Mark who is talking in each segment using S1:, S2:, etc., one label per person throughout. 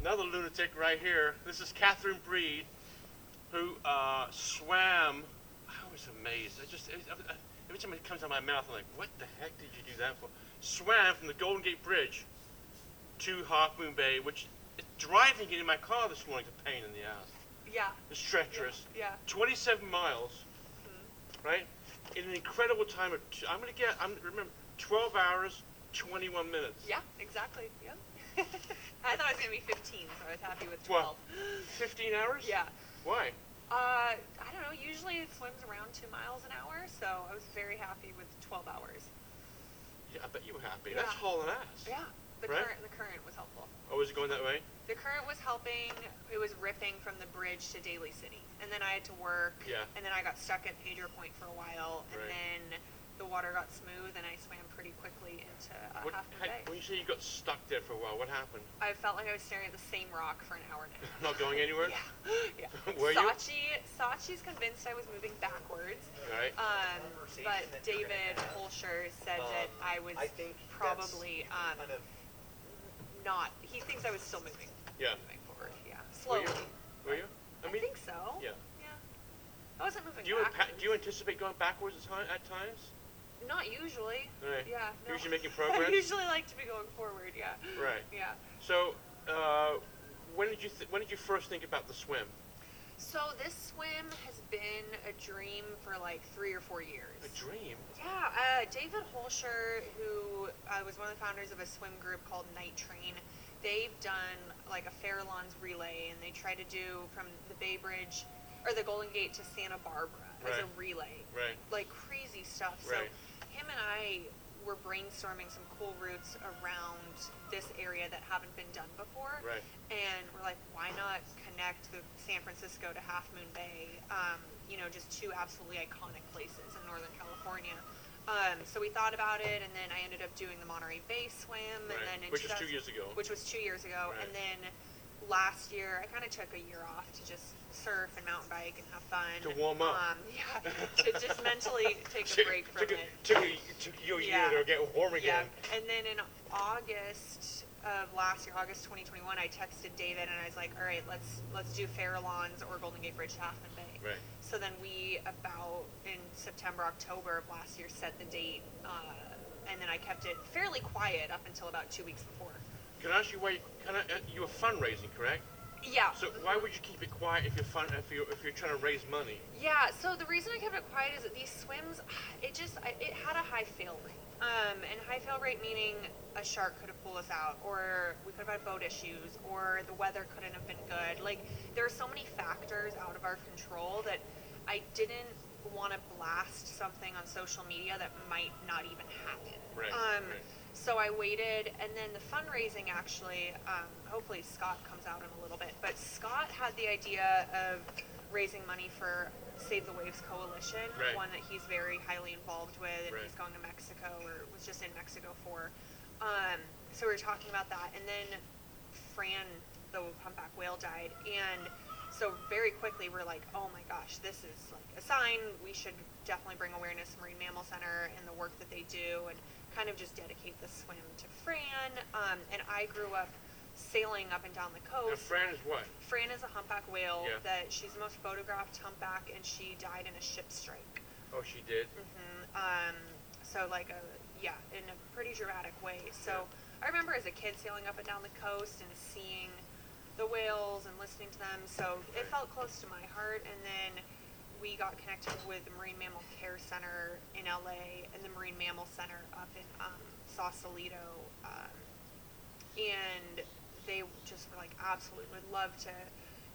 S1: another lunatic right here. This is Catherine Breed, who uh, swam. I was amazed. I just I- I- every time it comes out of my mouth, I'm like, what the heck did you do that for? Swam from the Golden Gate Bridge to Half Moon Bay, which driving it in my car this morning is a pain in the ass.
S2: Yeah.
S1: It's treacherous.
S2: Yeah.
S1: 27 miles,
S2: Mm-hmm.
S1: right? In an incredible time of, t- I'm gonna get, I'm remember, 12 hours, 21 minutes.
S2: Yeah, exactly. Yep. I thought it was gonna be 15, so I was happy with
S1: Well,
S2: 12.
S1: 15 hours?
S2: Yeah.
S1: Why?
S2: Uh, I don't know. Usually it swims around two miles an hour, so I was very happy with 12 hours.
S1: Yeah, I bet you were happy.
S2: Yeah.
S1: That's hauling ass.
S2: Yeah. The
S1: Right.
S2: current, the current was helpful.
S1: Oh, is it going that way?
S2: The current was helping. It was ripping from the bridge to Daly City, and then I had to work.
S1: Yeah.
S2: And then I got stuck at Pedro Point for a while, and
S1: Right.
S2: then the water got smooth, and I swam pretty quickly into uh,
S1: What,
S2: Half Moon
S1: ha-
S2: Bay.
S1: when you say you got stuck there for a while, what happened?
S2: I felt like I was staring at the same rock for an hour and a half.
S1: Not going anywhere?
S2: Yeah. yeah.
S1: Were you?
S2: Saatchi, Saatchi's convinced I was moving backwards.
S1: All right.
S2: Um,
S3: Conversation
S2: but
S3: that you're
S2: David
S3: gonna have.
S2: Holscher said
S3: Um,
S2: that I was
S3: I think that's
S2: probably um,
S3: kind of
S2: not. He thinks I was still moving.
S1: Yeah.
S2: Moving forward. Yeah.
S1: Were
S2: Slowly.
S1: you? Were you?
S2: I, think so.
S1: yeah.
S2: Yeah. I wasn't moving
S1: Do you,
S2: backwards.
S1: impa- do you anticipate going backwards at, ti- at times?
S2: Not usually.
S1: Right.
S2: Yeah.
S1: You're
S2: No.
S1: usually making progress?
S2: I usually like to be going forward. Yeah.
S1: Right.
S2: Yeah.
S1: So, uh, when did you th- when did you first think about the swim?
S2: So this swim has been a dream for like three or four years.
S1: A dream.
S2: Yeah, uh, David Holscher, who uh, was one of the founders of a swim group called Night Train, they've done like a Farallon's relay, and they try to do from the Bay Bridge or the Golden Gate to Santa Barbara as
S1: Right.
S2: a relay,
S1: Right.
S2: like crazy stuff.
S1: Right.
S2: So him and I were brainstorming some cool routes around this area that haven't been done before
S1: Right.
S2: and we're like, why not connect the San Francisco to Half Moon Bay? Um, you know, just two absolutely iconic places in Northern California. Um, so we thought about it, and then I ended up doing the Monterey Bay swim, and
S1: Right.
S2: then in
S1: Which was two
S2: 2000
S1: years ago.
S2: which was two years ago,
S1: Right.
S2: and then last year I kind of took a year off to just surf and mountain bike and have fun
S1: To warm up.
S2: Um, yeah, to just mentally take a break from
S1: took,
S2: it.
S1: Took, a, took you a
S2: Yeah.
S1: year to get warm
S2: Yeah.
S1: again.
S2: And then in August of last year, August 2021, I texted David and I was like, "All right, let's let's do Farallon's or Golden Gate Bridge to Halfman Bay."
S1: Right.
S2: So then we about in September, October of last year set the date, uh, and then I kept it fairly quiet up until about two weeks before.
S1: Can I ask you why? You, can I, uh, you were fundraising, correct?
S2: Yeah.
S1: So why would you keep it quiet if you're fun, if you if you're trying to raise money?
S2: Yeah, so the reason I kept it quiet is that these swims, it just, I- it had a high fail rate. Um, and high fail rate meaning a shark could have pulled us out, or we could have had boat issues, or the weather couldn't have been good. Like, there are so many factors out of our control that I didn't want to blast something on social media that might not even happen.
S1: Right,
S2: Um,
S1: right.
S2: so I waited, and then the fundraising actually, um, hopefully Scott comes out in a little bit, but Scott had the idea of raising money for Save the Waves Coalition,
S1: Right.
S2: one that he's very highly involved with, and
S1: Right.
S2: he's going to Mexico or was just in Mexico for. Um, so we were talking about that, and then Fran, the humpback whale, died, and so very quickly we're like, oh my gosh, this is like a sign. We should definitely bring awareness to Marine Mammal Center and the work that they do, and kind of just dedicate the swim to Fran. Um, and I grew up sailing up and down the
S1: Now,
S2: coast.
S1: Fran is what?
S2: Fran is a humpback whale
S1: Yeah.
S2: that she's the most photographed humpback, and she died in a ship strike.
S1: Oh, she did.
S2: hmm Um, so like a yeah, in a pretty dramatic way. So I remember as a kid sailing up and down the coast and seeing the whales and listening to them. So it felt close to my heart. And then we got connected with the Marine Mammal Care Center in LA and the Marine Mammal Center up in um, Sausalito. Um, and they just were like, absolutely would love to,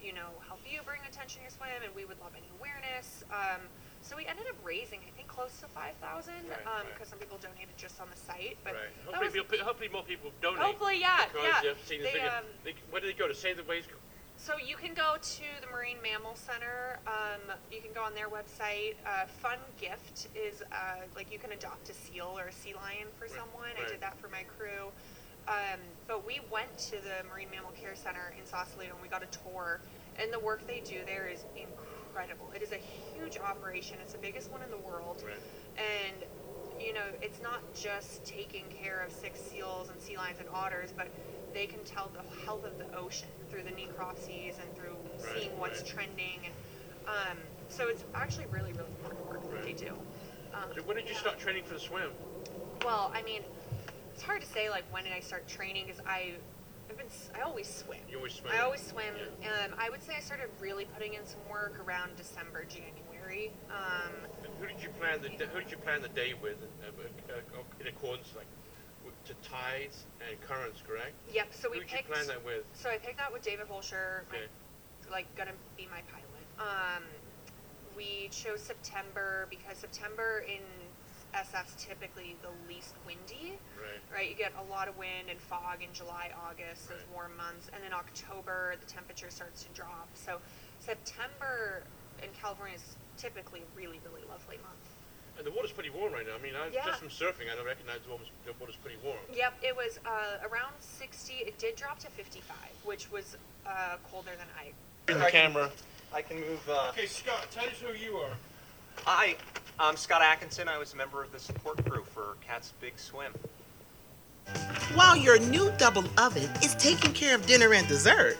S2: you know, help you bring attention to your swim, and we would love any awareness. Um, so we ended up raising, I think, close to five thousand,
S1: Right,
S2: um,
S1: right.
S2: because some people donated just on the site, but
S1: right.
S2: that
S1: Hopefully,
S2: was-
S1: people, hopefully more people donate.
S2: hopefully, yeah,
S1: because
S2: yeah.
S1: they've seen the
S2: They,
S1: thing.
S2: um,
S1: They, where do they go to save the waves?
S2: so you can go to the Marine Mammal Center. Um, you can go on their website. Uh, fun gift is uh, like you can adopt a seal or a sea lion for
S1: Right,
S2: someone. I
S1: right.
S2: did that for my crew. Um, but we went to the Marine Mammal Care Center in Sausalito and we got a tour. And the work they do there is incredible. It is a huge operation. It's the biggest one in the world
S1: Right.
S2: and you know, it's not just taking care of six seals and sea lions and otters, but they can tell the health of the ocean through the necropsies and through
S1: Right,
S2: seeing what's
S1: right.
S2: trending. And, um, so it's actually really, really important work that
S1: Right.
S2: they do. Um,
S1: So when did you
S2: yeah.
S1: start training for the swim?
S2: Well, I mean, it's hard to say like when did I start training because I, I've been s- I always swim.
S1: You always swim.
S2: I always swim. Um, I would say I started really putting in some work around December, January. Um,
S1: And who did you plan the who did you plan the day with uh, uh, in accordance like with, to tides and currents, correct?
S2: yep. So we
S1: who did
S2: picked.
S1: you plan that with?
S2: So I picked that with David Holscher, my,
S1: Okay.
S2: like gonna be my pilot. Um, we chose September because September in SF's typically the least windy.
S1: Right.
S2: right? You get a lot of wind and fog in July, August, those
S1: Right.
S2: warm months, and then October the temperature starts to drop. So September in California is typically a really, really lovely month.
S1: And the water's pretty warm right now. I mean, I,
S2: Yeah.
S1: just from surfing, I don't recognize the water's, the water's pretty warm.
S2: Yep, it was uh, around 60. It did drop to 55, which was uh, colder than I.
S1: In the camera.
S3: I can move. Uh,
S1: Okay, Scott, tell us who you are.
S3: Hi, I'm Scott Atkinson. I was a member of the support crew for Cat's Big Swim.
S4: While your new double oven is taking care of dinner and dessert,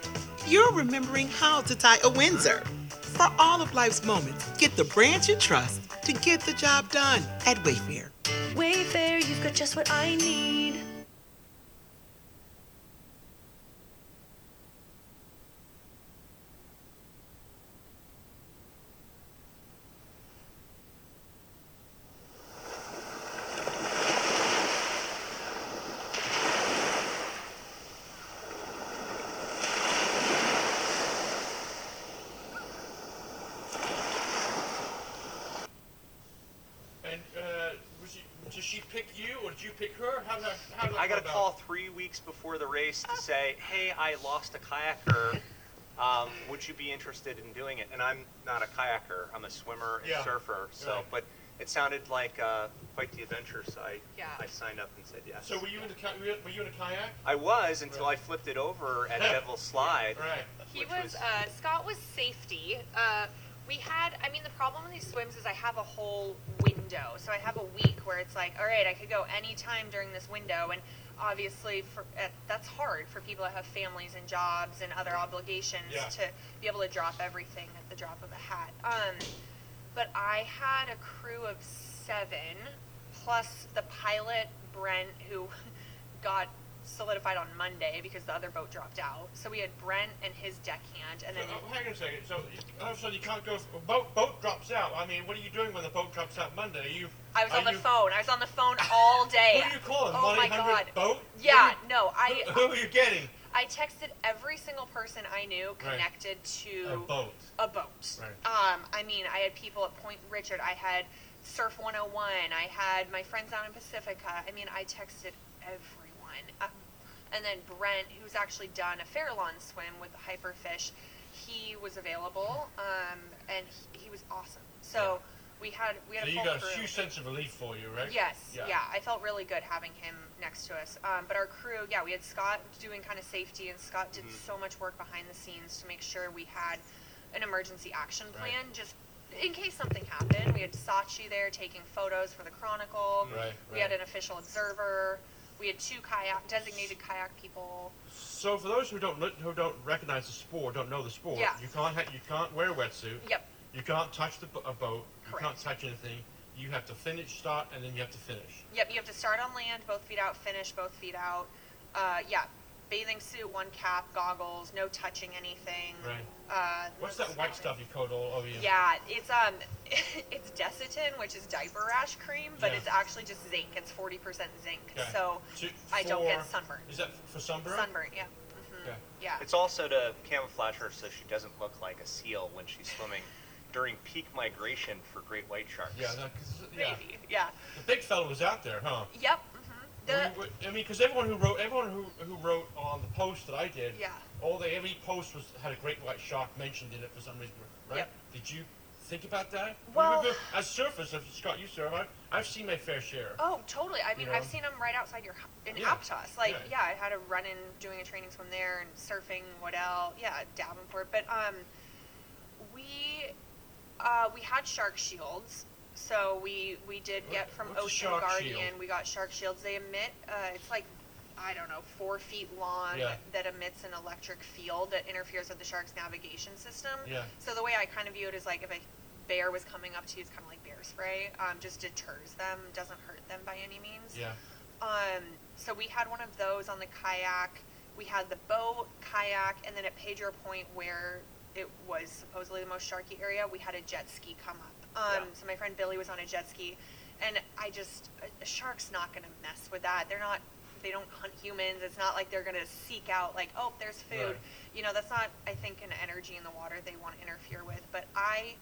S4: you're remembering how to tie a Windsor. For all of life's moments, get the brand you trust to get the job done at Wayfair.
S5: Wayfair, you've got just what I need.
S1: And uh, was she, did she pick you, or did you pick her? How did that, how did that
S3: I got a
S1: come about?
S3: call three weeks before the race to say, "Hey, I lost a kayaker. Um, would you be interested in doing it?" And I'm not a kayaker. I'm a swimmer and
S1: Yeah,
S3: surfer. So,
S1: right.
S3: but it sounded like uh, quite the adventure. So I,
S2: Yeah.
S3: I signed up and said yes.
S1: So were you in the ki- were you- were you in a kayak?
S3: I was until
S1: Right.
S3: I flipped it over at Devil's Slide.
S1: Right.
S2: He
S3: which
S2: was, uh, Scott was safety. Uh, we had, I mean, the problem with these swims is I have a whole window. So I have a week where it's like, all right, I could go anytime during this window. And obviously, for, uh, that's hard for people that have families and jobs and other obligations
S1: Yeah.
S2: to be able to drop everything at the drop of a hat. Um, but I had a crew of seven, plus the pilot Brent, who got solidified on Monday because the other boat dropped out. So we had Brent and his deckhand,
S1: So,
S2: and then
S1: uh, hang on a second. So all of a sudden you can't go. A boat boat drops out. I mean, what are you doing when the boat drops out Monday? Are you?
S2: I was
S1: are
S2: on the
S1: you,
S2: phone. I was on the phone all day.
S1: Who are you calling?
S2: Oh my
S1: 1-800
S2: god.
S1: Boat. Who
S2: Yeah,
S1: are you-
S2: no, I
S1: Who, who are you getting?
S2: I texted every single person I knew
S1: Right.
S2: connected
S1: A
S2: to
S1: boat.
S2: a boat.
S1: Right.
S2: Um, I mean, I had people at Point Richard. I had Surf 101. I had my friends down in Pacifica. I mean, I texted everyone. Um, and then Brent, who's actually done a Fairlawn swim with Hyperfish, he was available, um, and he, he was awesome. So we had we had
S1: So
S2: a
S1: you
S2: full
S1: got a
S2: crew.
S1: huge sense of relief for you, right?
S2: Yes,
S1: Yeah.
S2: yeah. I felt really good having him next to us. Um, but our crew, yeah, we had Scott doing kind of safety, and Scott
S1: Mm-hmm.
S2: did so much work behind the scenes to make sure we had an emergency action
S1: Right.
S2: plan just in case something happened. We had Sachi there taking photos for the Chronicle.
S1: Right,
S2: We had
S1: right.
S2: an official observer. We had two kayak designated kayak people.
S1: So for those who don't kn- who don't recognize the sport, don't know the sport,
S2: Yeah.
S1: you can't ha- you can't wear a wetsuit.
S2: Yep.
S1: You can't touch the bo- a boat. You can't
S2: Correct.
S1: touch anything. You have to finish, start, and then you have to finish.
S2: Yep, you have to start on land, both feet out, finish both feet out. Uh, yeah, bathing suit, one cap, goggles, no touching anything.
S1: Right.
S2: Uh,
S1: What's that white stuff you coat all over you?
S2: Yeah, it's um, it's Desitin, which is diaper rash cream, but
S1: Yeah.
S2: it's actually just zinc. It's forty percent zinc,
S1: Okay.
S2: so
S1: To-
S2: I don't get
S1: for-
S2: sunburn.
S1: Is that for sunburn?
S2: Sunburn, yeah, hmm
S1: Okay.
S2: yeah.
S3: It's also to camouflage her so she doesn't look like a seal when she's swimming during peak migration for great white sharks.
S1: Yeah, that, 'cause- yeah.
S2: Maybe, yeah.
S1: The big fella was out there, huh?
S2: Yep. hmm The
S1: We- we- I mean, because everyone who wrote, everyone who, who wrote on the post that I did,
S2: Yeah.
S1: all they every post was had a great white shark mentioned in it for some reason, right?
S2: Yep.
S1: Did you think about that? We
S2: Well-
S1: were- as surfers, if Scott, you surf, I, I've seen my fair share.
S2: oh, totally. I mean,
S1: You know.
S2: I've seen them right outside your hu- in
S1: Yeah.
S2: Aptos. Like,
S1: Yeah.
S2: yeah. I had a run in doing a training swim there and surfing. What else? Yeah, Davenport. But um, we uh, we had shark shields, So we we did get from
S1: What's a
S2: Ocean
S1: shark
S2: Guardian.
S1: shield?
S2: We got shark shields. They emit. Uh, it's like I don't know, four feet long
S1: Yeah.
S2: that emits an electric field that interferes with the shark's navigation system.
S1: Yeah.
S2: So the way I kind of view it is like if a bear was coming up to you, it's kind of like bear spray. Um, just deters them, doesn't hurt them by any means.
S1: Yeah.
S2: Um, so we had one of those on the kayak. We had the boat, kayak, and then at Pedro Point, where it was supposedly the most sharky area, we had a jet ski come up. Um,
S3: Yeah.
S2: So my friend Billy was on a jet ski, and I just a, a shark's not gonna mess with that. They're not. They don't hunt humans. It's not like they're gonna seek out like, oh, there's food.
S1: Right.
S2: You know, that's not. I think an energy in the water they want to interfere with. But I,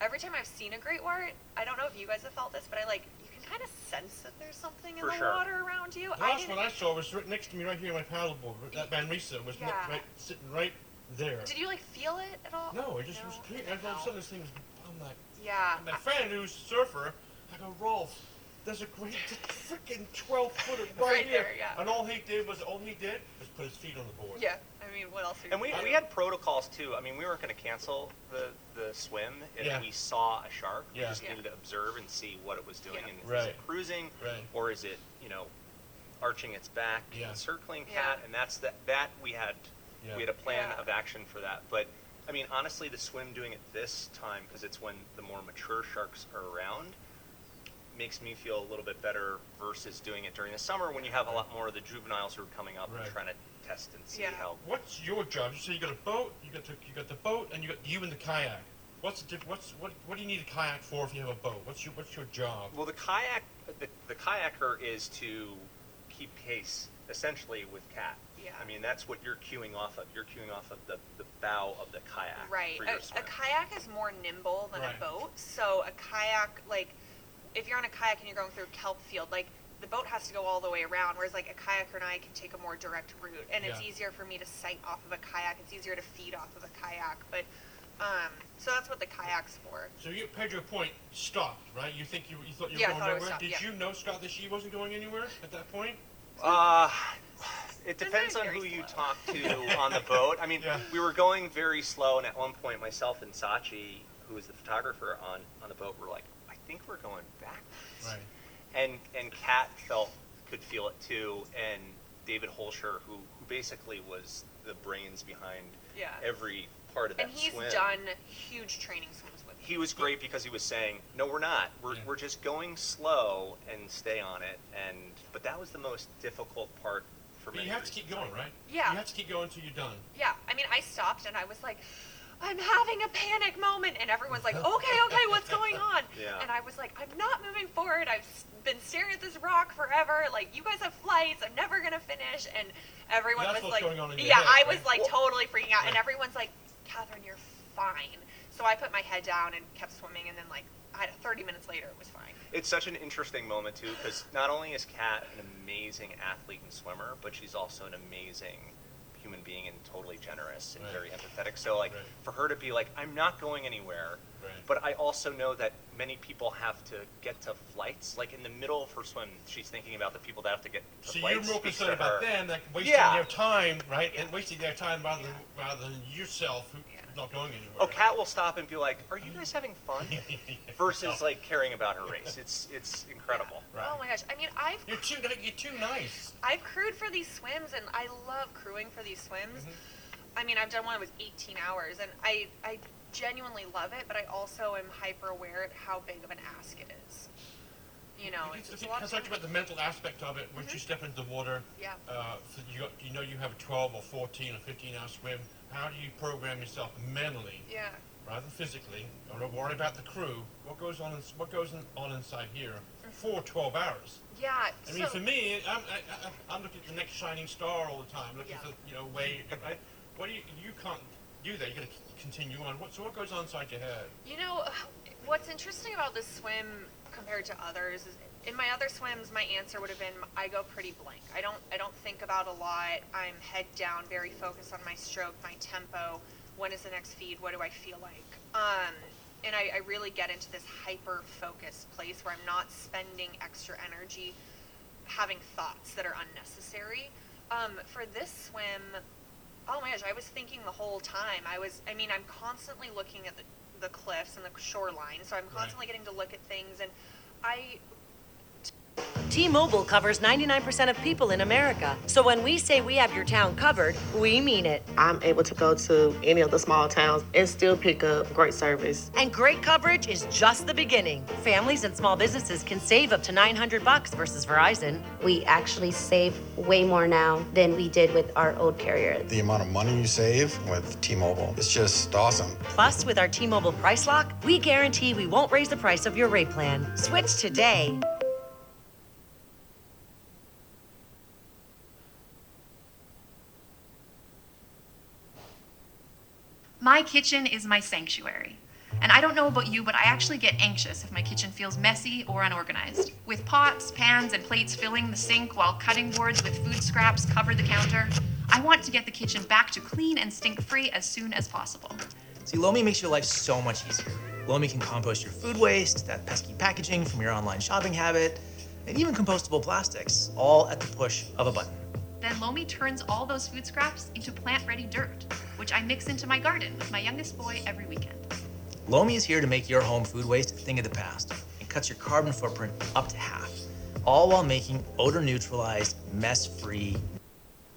S2: every time I've seen a great white, I don't know if you guys have felt this, but I like you can kind of sense that there's something in
S3: For
S2: the
S3: sure.
S2: water around you.
S1: The last
S2: didn't-
S1: one I saw was right next to me, right here in my paddleboard. That Van Risa was ne-
S2: Yeah.
S1: right, sitting right there.
S2: Did you like feel it at all?
S1: no, it just
S2: No.
S1: was clear. And all of a sudden, this thing was. I'm like,
S2: Yeah.
S1: my friend who's a surfer, I go, Rolf, there's a great freaking 12 footer right,
S2: Right
S1: here.
S2: there, yeah.
S1: And all he did was, all he did was put his feet on the board.
S2: Yeah. I mean, what else? Are you
S3: And we,
S2: gonna
S3: we
S2: do?
S3: had protocols too. I mean, we weren't going to cancel the, the swim if
S1: Yeah.
S3: we saw a shark. We
S1: Yeah.
S3: just
S2: Yeah.
S3: needed to observe and see what it was doing.
S2: Yeah.
S3: And is it
S1: Right.
S3: cruising
S1: Right.
S3: or is it, you know, arching its back,
S1: Yeah.
S3: and circling
S2: Yeah.
S3: cat? And that's that, that we had,
S1: Yeah.
S3: we had a plan
S2: Yeah.
S3: of action for that. But I mean, honestly, the swim doing it this time, because it's when the more mature sharks are around, makes me feel a little bit better versus doing it during the summer when you have a lot more of the juveniles who are coming up
S1: Right.
S3: and trying to test and see
S2: Yeah.
S3: how
S1: What's your job? So you got a boat, you got the, you got the boat, and you got you and the kayak. What's the diff- what's what what do you need a kayak for if you have a boat? What's your what's your job?
S3: Well, the kayak, the, the kayaker is to keep pace essentially with cat.
S2: Yeah.
S3: I mean, that's what you're queuing off of. You're queuing off of the, the bow of the kayak.
S2: Right.
S3: For
S2: A,
S3: your
S2: a
S3: swim.
S2: kayak is more nimble than
S1: Right.
S2: a boat. So a kayak, like, if you're on a kayak and you're going through kelp field, like, the boat has to go all the way around, whereas like a kayaker and I can take a more direct route, and it's
S1: Yeah.
S2: easier for me to sight off of a kayak. It's easier to feed off of a kayak, but um, so that's what the kayak's for.
S1: So you Pedro Point stopped, right? You think you, you thought you were
S2: Yeah, I
S1: going
S2: thought it
S1: nowhere?
S2: was stopped,
S1: Did
S2: yeah.
S1: you know Scott that she wasn't going anywhere at that point?
S3: Uh, it
S2: They're
S3: depends on
S2: very
S3: who you
S2: slow.
S3: talk to on the boat. I mean,
S1: Yeah.
S3: we were going very slow, and at one point, myself and Sachi, who was the photographer on, on the boat, were like, I think we're going backwards.
S1: Right.
S3: and and Kat felt could feel it too, and David Holscher, who who basically was the brains behind
S2: Yeah.
S3: every part of
S2: And
S3: that
S2: he's
S3: swim.
S2: done huge training swims with me.
S3: He was great because he was saying, "No, we're not. We're,
S1: Yeah.
S3: we're just going slow and stay on it." And but that was the most difficult part for
S1: But
S3: me.
S1: you have to keep going, right?
S2: Yeah.
S1: You have to keep going until you're done.
S2: Yeah, I mean, I stopped and I was like, I'm having a panic moment, and everyone's like, okay, okay, what's going on?
S3: Yeah.
S2: And I was like, I'm not moving forward. I've s- been staring at this rock forever. Like, you guys have flights. I'm never gonna finish. And everyone
S1: That's
S2: was
S1: what's
S2: like,
S1: going on in your
S2: yeah,
S1: head,
S2: I was
S1: right?
S2: like
S3: Well-
S2: totally freaking out, and
S1: Right.
S2: everyone's like, Catherine, you're fine. So I put my head down and kept swimming, and then like, I, 30 minutes later, it was fine.
S3: It's such an interesting moment too, because not only is Kat an amazing athlete and swimmer, but she's also an amazing human being and totally generous and
S1: Right.
S3: very empathetic. So like
S1: Right.
S3: for her to be like, I'm not going anywhere,
S1: Right.
S3: but I also know that many people have to get to flights. Like in the middle of her swim, she's thinking about the people that have to get to
S1: So
S3: flights.
S1: you're more
S3: speaks to
S1: concerned about
S3: her.
S1: them, like wasting
S3: Yeah.
S1: their time, right? And
S2: Yeah.
S1: wasting their time rather than rather than yourself, who's
S2: Yeah.
S1: not going anywhere.
S3: Oh, Kat will stop and be like, "Are you guys having fun?" Versus like caring about her race. It's it's incredible.
S1: Right.
S2: Oh my gosh. I mean, I've
S1: You're too ni- you're too nice.
S2: I've crewed for these swims, and I love crewing for these swims.
S1: Mm-hmm.
S2: I mean, I've done one that was 18 hours, and I, I genuinely love it, but I also am hyper aware of how big of an ask it is. You know,
S1: It's-
S2: it's,
S1: it's-
S2: it's a lot
S1: I
S2: of
S1: talked
S2: time.
S1: about the mental aspect of it. Once you step into the water,
S2: Yeah.
S1: uh, so you got, you know you have a 12 or 14 or 15 hour swim. How do you program yourself mentally
S2: Yeah,
S1: rather than physically? Or don't worry about the crew. What goes on? ins- What goes in, on inside here for 12 hours?
S2: yeah.
S1: I mean,
S2: so,
S1: for me, I'm, I, I, I'm looking at the next shining star all the time, looking
S2: Yeah.
S1: for you know way. Right? What do you you can't do that. You got to continue on. What so what goes on inside your head?
S2: You know, what's interesting about this swim compared to others is in my other swims, my answer would have been I go pretty blank. I don't I don't think about a lot. I'm head down, very focused on my stroke, my tempo. When is the next feed? What do I feel like? Um, and I, I really get into this hyper focused place where I'm not spending extra energy having thoughts that are unnecessary. Um, for this swim, oh my gosh, I was thinking the whole time. I was, I mean, I'm constantly looking at the, the cliffs and the shoreline, so I'm constantly getting to look at things. And I
S6: T-Mobile covers 99% of people in America. So when we say we have your town covered, we mean it.
S7: I'm able to go to any of the small towns and still pick up great service.
S6: And great coverage is just the beginning. Families and small businesses can save up to 900 bucks versus Verizon.
S8: We actually save way more now than we did with our old carrier.
S9: The amount of money you save with T-Mobile, it's just awesome.
S6: Plus, with our T-Mobile Price Lock, we guarantee we won't raise the price of your rate plan. Switch today.
S5: My kitchen is my sanctuary. And I don't know about you, but I actually get anxious if my kitchen feels messy or unorganized. With pots, pans, and plates filling the sink while cutting boards with food scraps cover the counter, I want to get the kitchen back to clean and stink free as soon as possible.
S4: See, Lomi makes your life so much easier. Lomi can compost your food waste, that pesky packaging from your online shopping habit, and even compostable plastics, all at the push of a button.
S5: Then Lomi turns all those food scraps into plant ready dirt, which I mix into my garden with my youngest boy every weekend.
S4: Lomi is here to make your home food waste a thing of the past and cuts your carbon footprint up to half, all while making odor neutralized, mess free.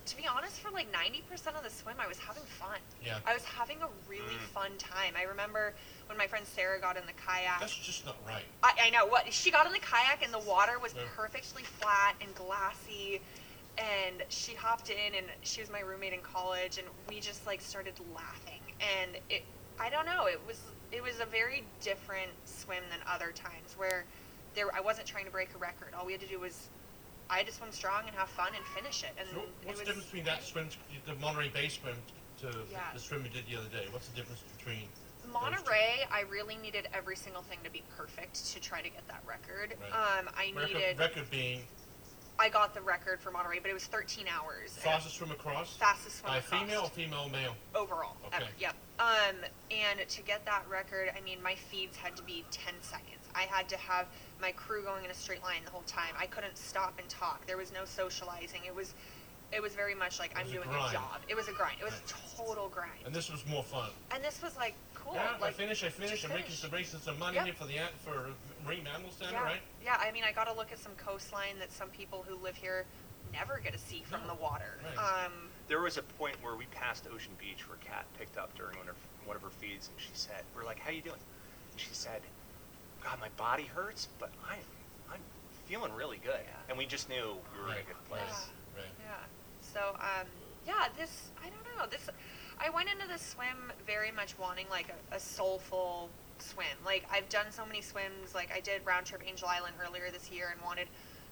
S2: to be honest, for like 90% of the swim, I was having fun.
S1: Yeah.
S2: I was having a really
S1: Mm.
S2: fun time. I remember when my friend Sarah got in the kayak.
S1: That's just not right.
S2: I, I know what she got in the kayak and the water was
S1: Yeah.
S2: perfectly flat and glassy and she hopped in and she was my roommate in college and we just like started laughing and it I don't know it was it was a very different swim than other times where there I wasn't trying to break a record all we had to do was I had to swim strong and have fun and finish Mm, it and
S1: So
S2: it
S1: what's
S2: was
S1: the difference between that swim, the Monterey Bay swim, to
S2: Yeah.
S1: the swim we did the other day? What's the difference between? those two?
S2: Monterey I really needed every single thing to be perfect to try to get that record
S1: Right.
S2: um, I
S1: Record,
S2: needed
S1: record being
S2: I got the record for Monterey, but it was 13 hours. and
S1: fastest swim across.
S2: Fastest swim
S1: By
S2: across.
S1: female, or female, male.
S2: Overall.
S1: Okay.
S2: ever, Yep. Um, and to get that record, I mean, my feeds had to be 10 seconds. I had to have my crew going in a straight line the whole time. I couldn't stop and talk. There was no socializing. It was, it was very much like
S1: It
S2: I'm
S1: was a
S2: doing a
S1: grind.
S2: job. It was a grind. It was a total grind.
S1: And this was more fun.
S2: And this was like cool.
S1: yeah, I
S2: like,
S1: finish, I finish. I'm making
S2: finish.
S1: some raising some money
S2: Yep.
S1: here for the an- for marine mammals down
S2: yeah,
S1: right?
S2: yeah. I mean, I got to look at some coastline that some people who live here never get to see from the water.
S1: Right.
S2: Um,
S3: There was a point where we passed Ocean Beach where Kat picked up during one of, one of her feeds, and she said, "We're like, how you doing?" And she said, "God, my body hurts, but I'm I'm feeling really good." And we just knew we were in a
S1: Right.
S3: good place.
S1: Right.
S2: Yeah. So, um, yeah, this, I don't know, this, I went into this swim very much wanting like a, a soulful swim. Like, I've done so many swims. Like, I did round trip Angel Island earlier this year and wanted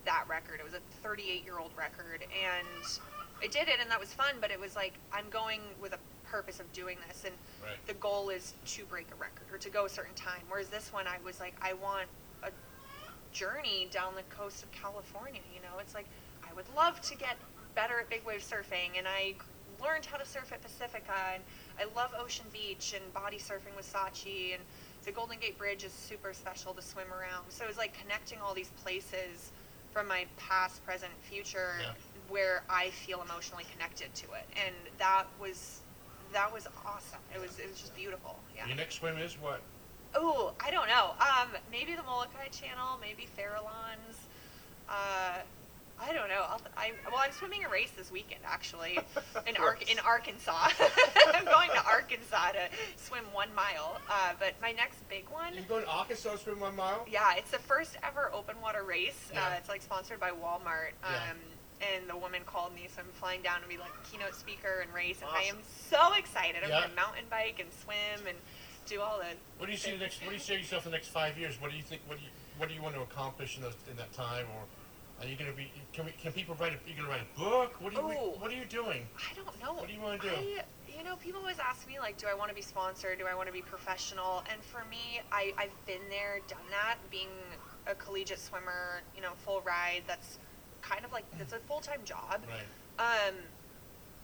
S2: that record. It was a 38 year old record. And I did it, and that was fun, but it was like, I'm going with a purpose of doing this. And
S1: Right.
S2: the goal is to break a record or to go a certain time. Whereas this one, I was like, I want a journey down the coast of California. You know, it's like I would love to get better at big wave surfing, and I learned how to surf at Pacifica, and I love Ocean Beach and body surfing with Sachi, and the Golden Gate Bridge is super special to swim around. So it's like connecting all these places from my past, present, future,
S1: Yeah.
S2: where I feel emotionally connected to it, and that was. That was awesome. It was it was just beautiful. Yeah.
S1: Your next swim is what?
S2: Ooh, I don't know. Um, maybe the Molokai Channel, maybe Farallon's. Uh, I don't know. I'll, I well, I'm swimming a race this weekend actually in Ar- in Arkansas. I'm going to Arkansas to swim one mile. Uh, but my next big one.
S1: You going to Arkansas swim one mile?
S2: Yeah, it's the first ever open water race. Uh,
S1: Yeah.
S2: it's like sponsored by Walmart. Um,
S1: Yeah.
S2: And the woman called me, so I'm flying down to be like keynote speaker and race. And I am
S1: Awesome.
S2: so excited. I'm
S1: Yeah.
S2: going to mountain bike and swim and do all the.
S1: What do you see the next? What do you see yourself in the next five years? What do you think? What do you What do you want to accomplish in those in that time? Or are you going to be? Can we? Can people write? A, you going to write a book? What are you?
S2: Ooh.
S1: What are you doing?
S2: I don't know.
S1: What do you wanna do?
S2: I, you know, people always ask me like, do I want to be sponsored? Do I want to be professional? And for me, I, I've been there, done that. Being a collegiate swimmer, you know, full ride. That's kind of like it's a full time job.
S1: Right.
S2: Um,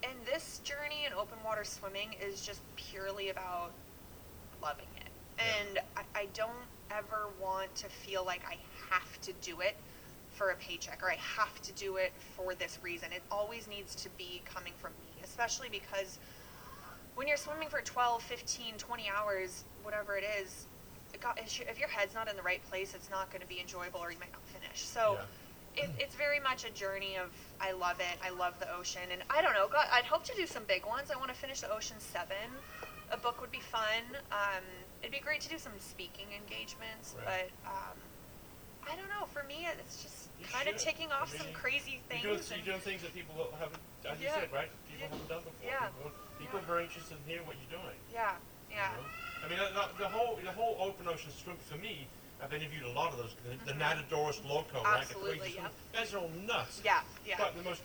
S2: and this journey in open water swimming is just purely about loving it. And I, I don't ever want to feel like I have to do it for a paycheck or I have to do it for this reason. It always needs to be coming from me, especially because when you're swimming for 12, 15, 20 hours, whatever it is, it got- if you- if your head's not in the right place, it's not going to be enjoyable or you might not finish. So it, it's very much a journey of I love it, I love the ocean, and I don't know. God, I'd hope to do some big ones. I want to finish the Ocean Seven. A book would be fun. Um, it'd be great to do some speaking engagements,
S1: Right.
S2: but um, I don't know. For me, it's just
S1: You
S2: kind of
S1: should.
S2: ticking
S1: I
S2: off
S1: mean,
S2: some crazy things.
S1: You're doing, you're
S2: and-
S1: doing things that people haven't, as
S2: Yeah.
S1: you said, right? People haven't done before.
S2: Yeah.
S1: People, people are very interested in hearing what you're doing.
S2: yeah, yeah.
S1: I mean, the, the- the whole the whole open ocean swim for me. I've interviewed a lot of those. The, the Natadorus loco, right? The
S2: Mm-hmm. Absolutely,
S1: crazy swim-
S2: yep.
S1: Guys are all nuts.
S2: Yeah, yeah.
S1: But the most,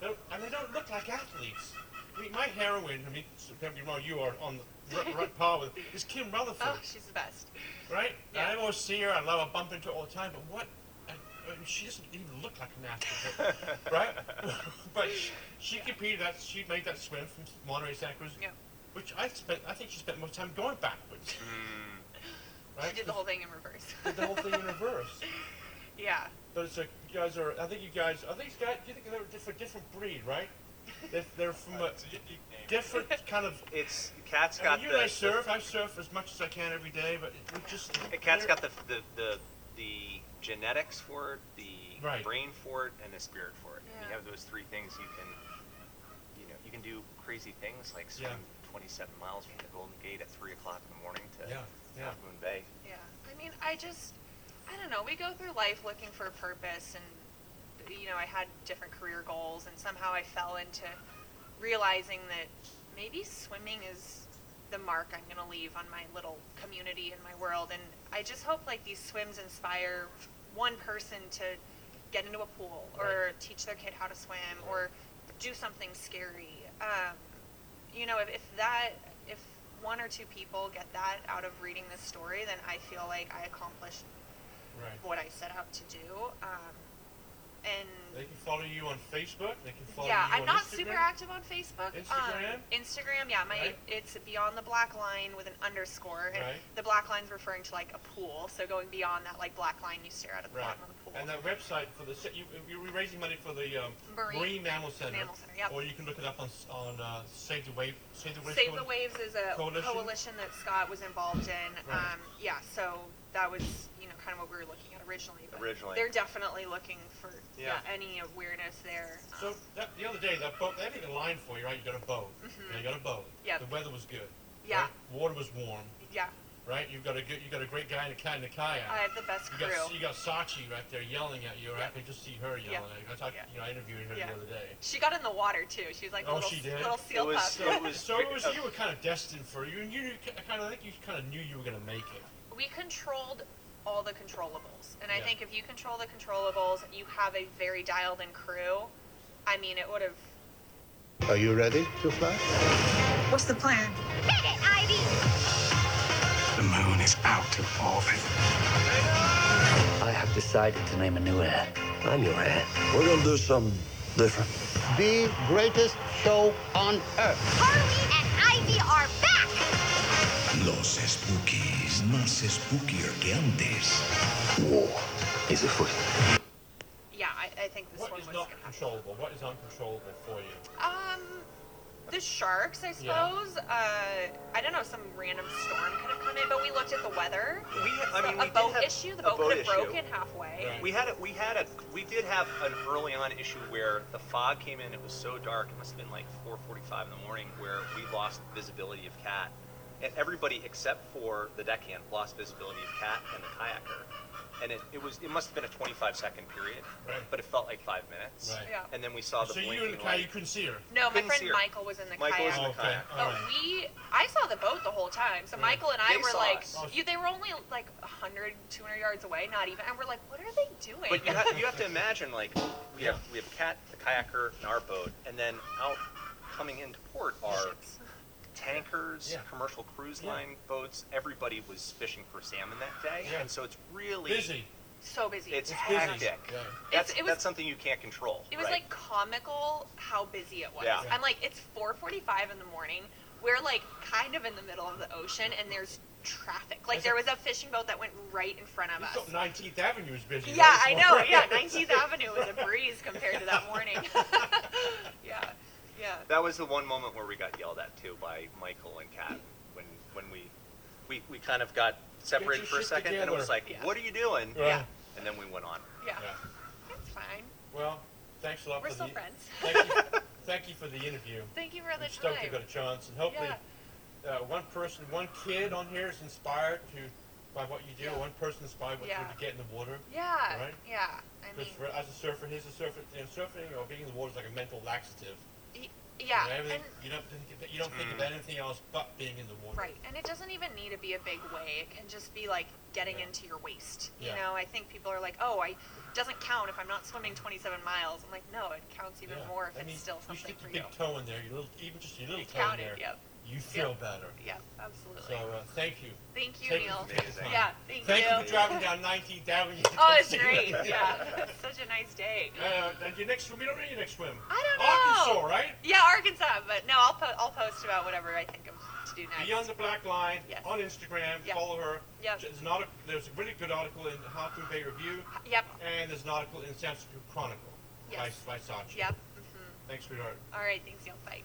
S1: they don't- and they don't look like athletes. I mean, my heroine. I mean, don't get me wrong. You are on the right, right par with is Kim Rutherford,
S2: Oh, she's the best.
S1: right? I always see her. I love her. Bump into her all the time. But what? I, I mean, she doesn't even look like an athlete, but- right? but she, she competed. That she made that swim from Monterey Santa Cruz, which I spent. I think she spent most time going backwards. Right?
S2: Mm. She did the whole thing in reverse.
S1: Did the whole thing in reverse.
S2: yeah.
S1: But it's like you guys are. I think you guys. I think you guys. You think they're a different, different breed, right? They're, they're from a different kind of.
S3: It's Cat's
S1: I
S3: got
S1: mean, you
S3: the,
S1: and I
S3: the-
S1: surf. I surf as much as I can every day, but we just.
S3: A cat's
S1: they're-
S3: got the, the the the genetics for it, the
S1: Right.
S3: brain for it, and the spirit for it.
S1: Yeah.
S3: You have those three things. You can, you know, you can do crazy things like swim 27 miles from the Golden Gate at three o'clock in the morning to
S1: Yeah, yeah.
S3: Half Moon Bay.
S2: Yeah. I mean, I just, I don't know. We go through life looking for a purpose, and, you know, I had different career goals, and somehow I fell into realizing that maybe swimming is the mark I'm going to leave on my little community and my world. And I just hope, like, these swims inspire one person to get into a pool or teach their kid how to swim or do something scary. Um, you know, if, if that, if one or two people get that out of reading this story, then I feel like I accomplished
S1: Right.
S2: what I set out to do. Um, and
S1: They can follow you on Facebook. They can follow
S2: yeah,
S1: you
S2: I'm
S1: on
S2: not
S1: Instagram.
S2: super active on Facebook.
S1: Instagram?
S2: Um, Instagram, yeah, my
S1: Right.
S2: it's beyond the black line with an underscore, and
S1: Right.
S2: the black line's referring to like a pool. So going beyond that like black line, you stare out at the
S1: Right.
S2: bottom of the pool.
S1: And that website for the se- you you were raising money for the um,
S2: Marine-
S1: Mammal Center.
S2: Mammal Center, yep.
S1: Or you can look it up on s- on uh, Save the Wave. Save the Wave.
S2: Save the Waves is a
S1: Coalition?
S2: coalition, that Scott was involved in.
S1: Right.
S2: Um, yeah, so that was you know kind of what we were looking at originally. But
S1: Originally.
S2: they're definitely looking for yeah.
S1: Yeah.
S2: any awareness there.
S1: So that, the other day, that boat, they had a line for you, right? You got a boat.
S2: Mhm.
S1: Yeah, you got a boat.
S2: Yep.
S1: The weather was good.
S2: Yeah.
S1: right? Water was warm,
S2: Um, Yeah,
S1: right? You've got a good, you got a great guy in a, ki- in a kayak.
S2: I have the best
S1: you
S2: crew.
S1: got, you got Sachi right there yelling at you, right? I could just see her yelling
S2: Yeah.
S1: at you. I talked, you know, I interviewed her
S2: Yeah.
S1: the other day.
S2: She got in the water too. She was like a
S1: oh,
S2: little,
S1: she did.
S2: little seal pup.
S1: so, so it was, you were kind of destined for it. you, and you knew- I kind of I think you kind of knew you were going to make it.
S2: we controlled all the controllables. And I
S1: Yeah.
S2: think if you control the controllables, you have a very dialed in crew. I mean, it would have.
S10: Are you ready to fly?
S2: What's the plan?
S11: Hit it, Ivy!
S12: The moon is out of orbit.
S13: I have decided to name a new heir. I'm your heir.
S10: We're gonna do something different. The greatest show on earth.
S11: Harley and Ivy are back!
S12: Los Spookies, más spookier que antes.
S13: War is afoot.
S2: Yeah, I, I think this
S1: What
S2: one
S1: is
S2: was.
S1: not controllable? What is uncontrollable for you?
S2: Um, the sharks, I suppose. Uh, I don't know, some random storm could have come in, but we looked at the weather.
S3: We, I
S2: So
S3: mean,
S2: a
S3: we did
S2: boat
S3: have
S2: issue. The
S3: a
S2: boat,
S3: boat
S2: could have
S3: issue.
S2: broken halfway.
S3: We had a, we had a we did have an early on issue where the fog came in. It was so dark. It must have been like 4:45 in the morning where we lost visibility of Cat, and everybody except for the deckhand lost visibility of Cat and the kayaker. And it, it was it must have been a 25 second period,
S1: Right.
S3: but it felt like five minutes.
S1: Right. Yeah.
S3: And then we saw the
S1: so you
S3: blinking
S1: and the
S3: light.
S1: kayak, you couldn't see her.
S2: No, my
S3: Couldn't see
S2: friend
S3: her.
S2: Michael was in the
S3: Michael was
S2: kayak.
S3: in the kayak.
S2: But we, I saw the boat the whole time. So Michael and I
S3: They
S2: were
S3: saw Oh.
S2: like,
S3: us.
S2: you, they were only like 100, 200 yards away, not even. And we're like, what are they doing?
S3: But you have, you have to imagine, like, we have we have Cat, the kayaker, and our boat, and then out coming into port are tankers, commercial cruise
S1: Yeah.
S3: line boats. Everybody was fishing for salmon that day,
S1: Yeah.
S3: and so it's
S2: Oh,
S3: really
S1: Busy.
S2: so busy.
S3: It's, hectic.
S1: Yeah.
S2: It's-
S3: That's
S2: it was-
S3: that's something you can't control.
S2: It was
S3: right?
S2: like comical how busy it was.
S3: Yeah.
S2: I'm like, it's 4:45 in the morning. We're like kind of in the middle of the ocean, and there's traffic. Like
S1: It's
S2: there
S1: like-
S2: was a fishing boat that went right in front of
S1: You
S2: us.
S1: thought 19th Avenue was busy.
S2: Yeah,
S1: right?
S2: I know. Yeah, 19th Avenue was a breeze compared to that morning. yeah, yeah.
S3: That was the one moment where we got yelled at too by Michael and Kat when when we we, we kind of got separated
S1: Get
S3: for
S1: your
S3: a
S1: shit
S3: second and it was
S1: together.
S3: like,
S1: Yeah.
S3: what are you doing?
S1: Yeah. Yeah.
S3: And then we went on.
S2: Yeah. It's fine.
S1: Well, thanks a lot
S2: We're
S1: for
S2: still
S1: the
S2: friends.
S1: thank you for the interview.
S2: Thank you for the
S1: I'm stoked you
S2: time.
S1: got a chance, and hopefully, uh, one person, one kid on here is inspired to by what you do.
S2: Yeah.
S1: One person inspired what
S2: Yeah.
S1: you get in the water.
S2: Yeah.
S1: Right.
S2: Yeah. I mean,
S1: Because for, as a surfer, he's a surfer. You know, surfing or being in the water is like a mental laxative.
S2: y- yeah.
S1: You, know, everything-
S2: and-
S1: you don't think of- you don't think of anything else but being in the water.
S2: Right, and it doesn't even need to be a big way. It can just be like getting into your waist. You
S1: Yeah.
S2: know, I think people are like, "Oh, I doesn't count if I'm not swimming 27 miles." I'm like, "No, it counts even
S1: Yeah.
S2: more if
S1: I
S2: it's
S1: mean,
S2: still something
S1: Your
S2: for you."
S1: big toe in there, your little, even just your little
S2: It
S1: toe in
S2: counted,
S1: there.
S2: yep.
S1: You feel
S2: Yep.
S1: better.
S2: Yeah, absolutely.
S1: So uh, thank you.
S2: Thank you,
S1: Take-
S2: Neil.
S1: take the time.
S2: Yeah, thank
S1: Thank
S2: you.
S1: you for driving down 19th Avenue.
S2: oh, it's great. Yeah, such a nice day.
S1: Uh, and your next swim, you don't know your next swim.
S2: I don't know.
S1: Arkansas, right?
S2: Yeah, Arkansas. But no, I'll po- I'll post about whatever I think I'm to do next.
S1: Beyond the Black Line on Instagram.
S2: Yes.
S1: Follow her.
S2: Yep.
S1: There's, an article, there's a really good article in the Harpoon Bay Review.
S2: Yep.
S1: And there's an article in San Francisco Chronicle
S2: Yes.
S1: by, by Sachi.
S2: Yep.
S1: Thanks, sweetheart.
S2: All right. Thanks, Neil. Bye.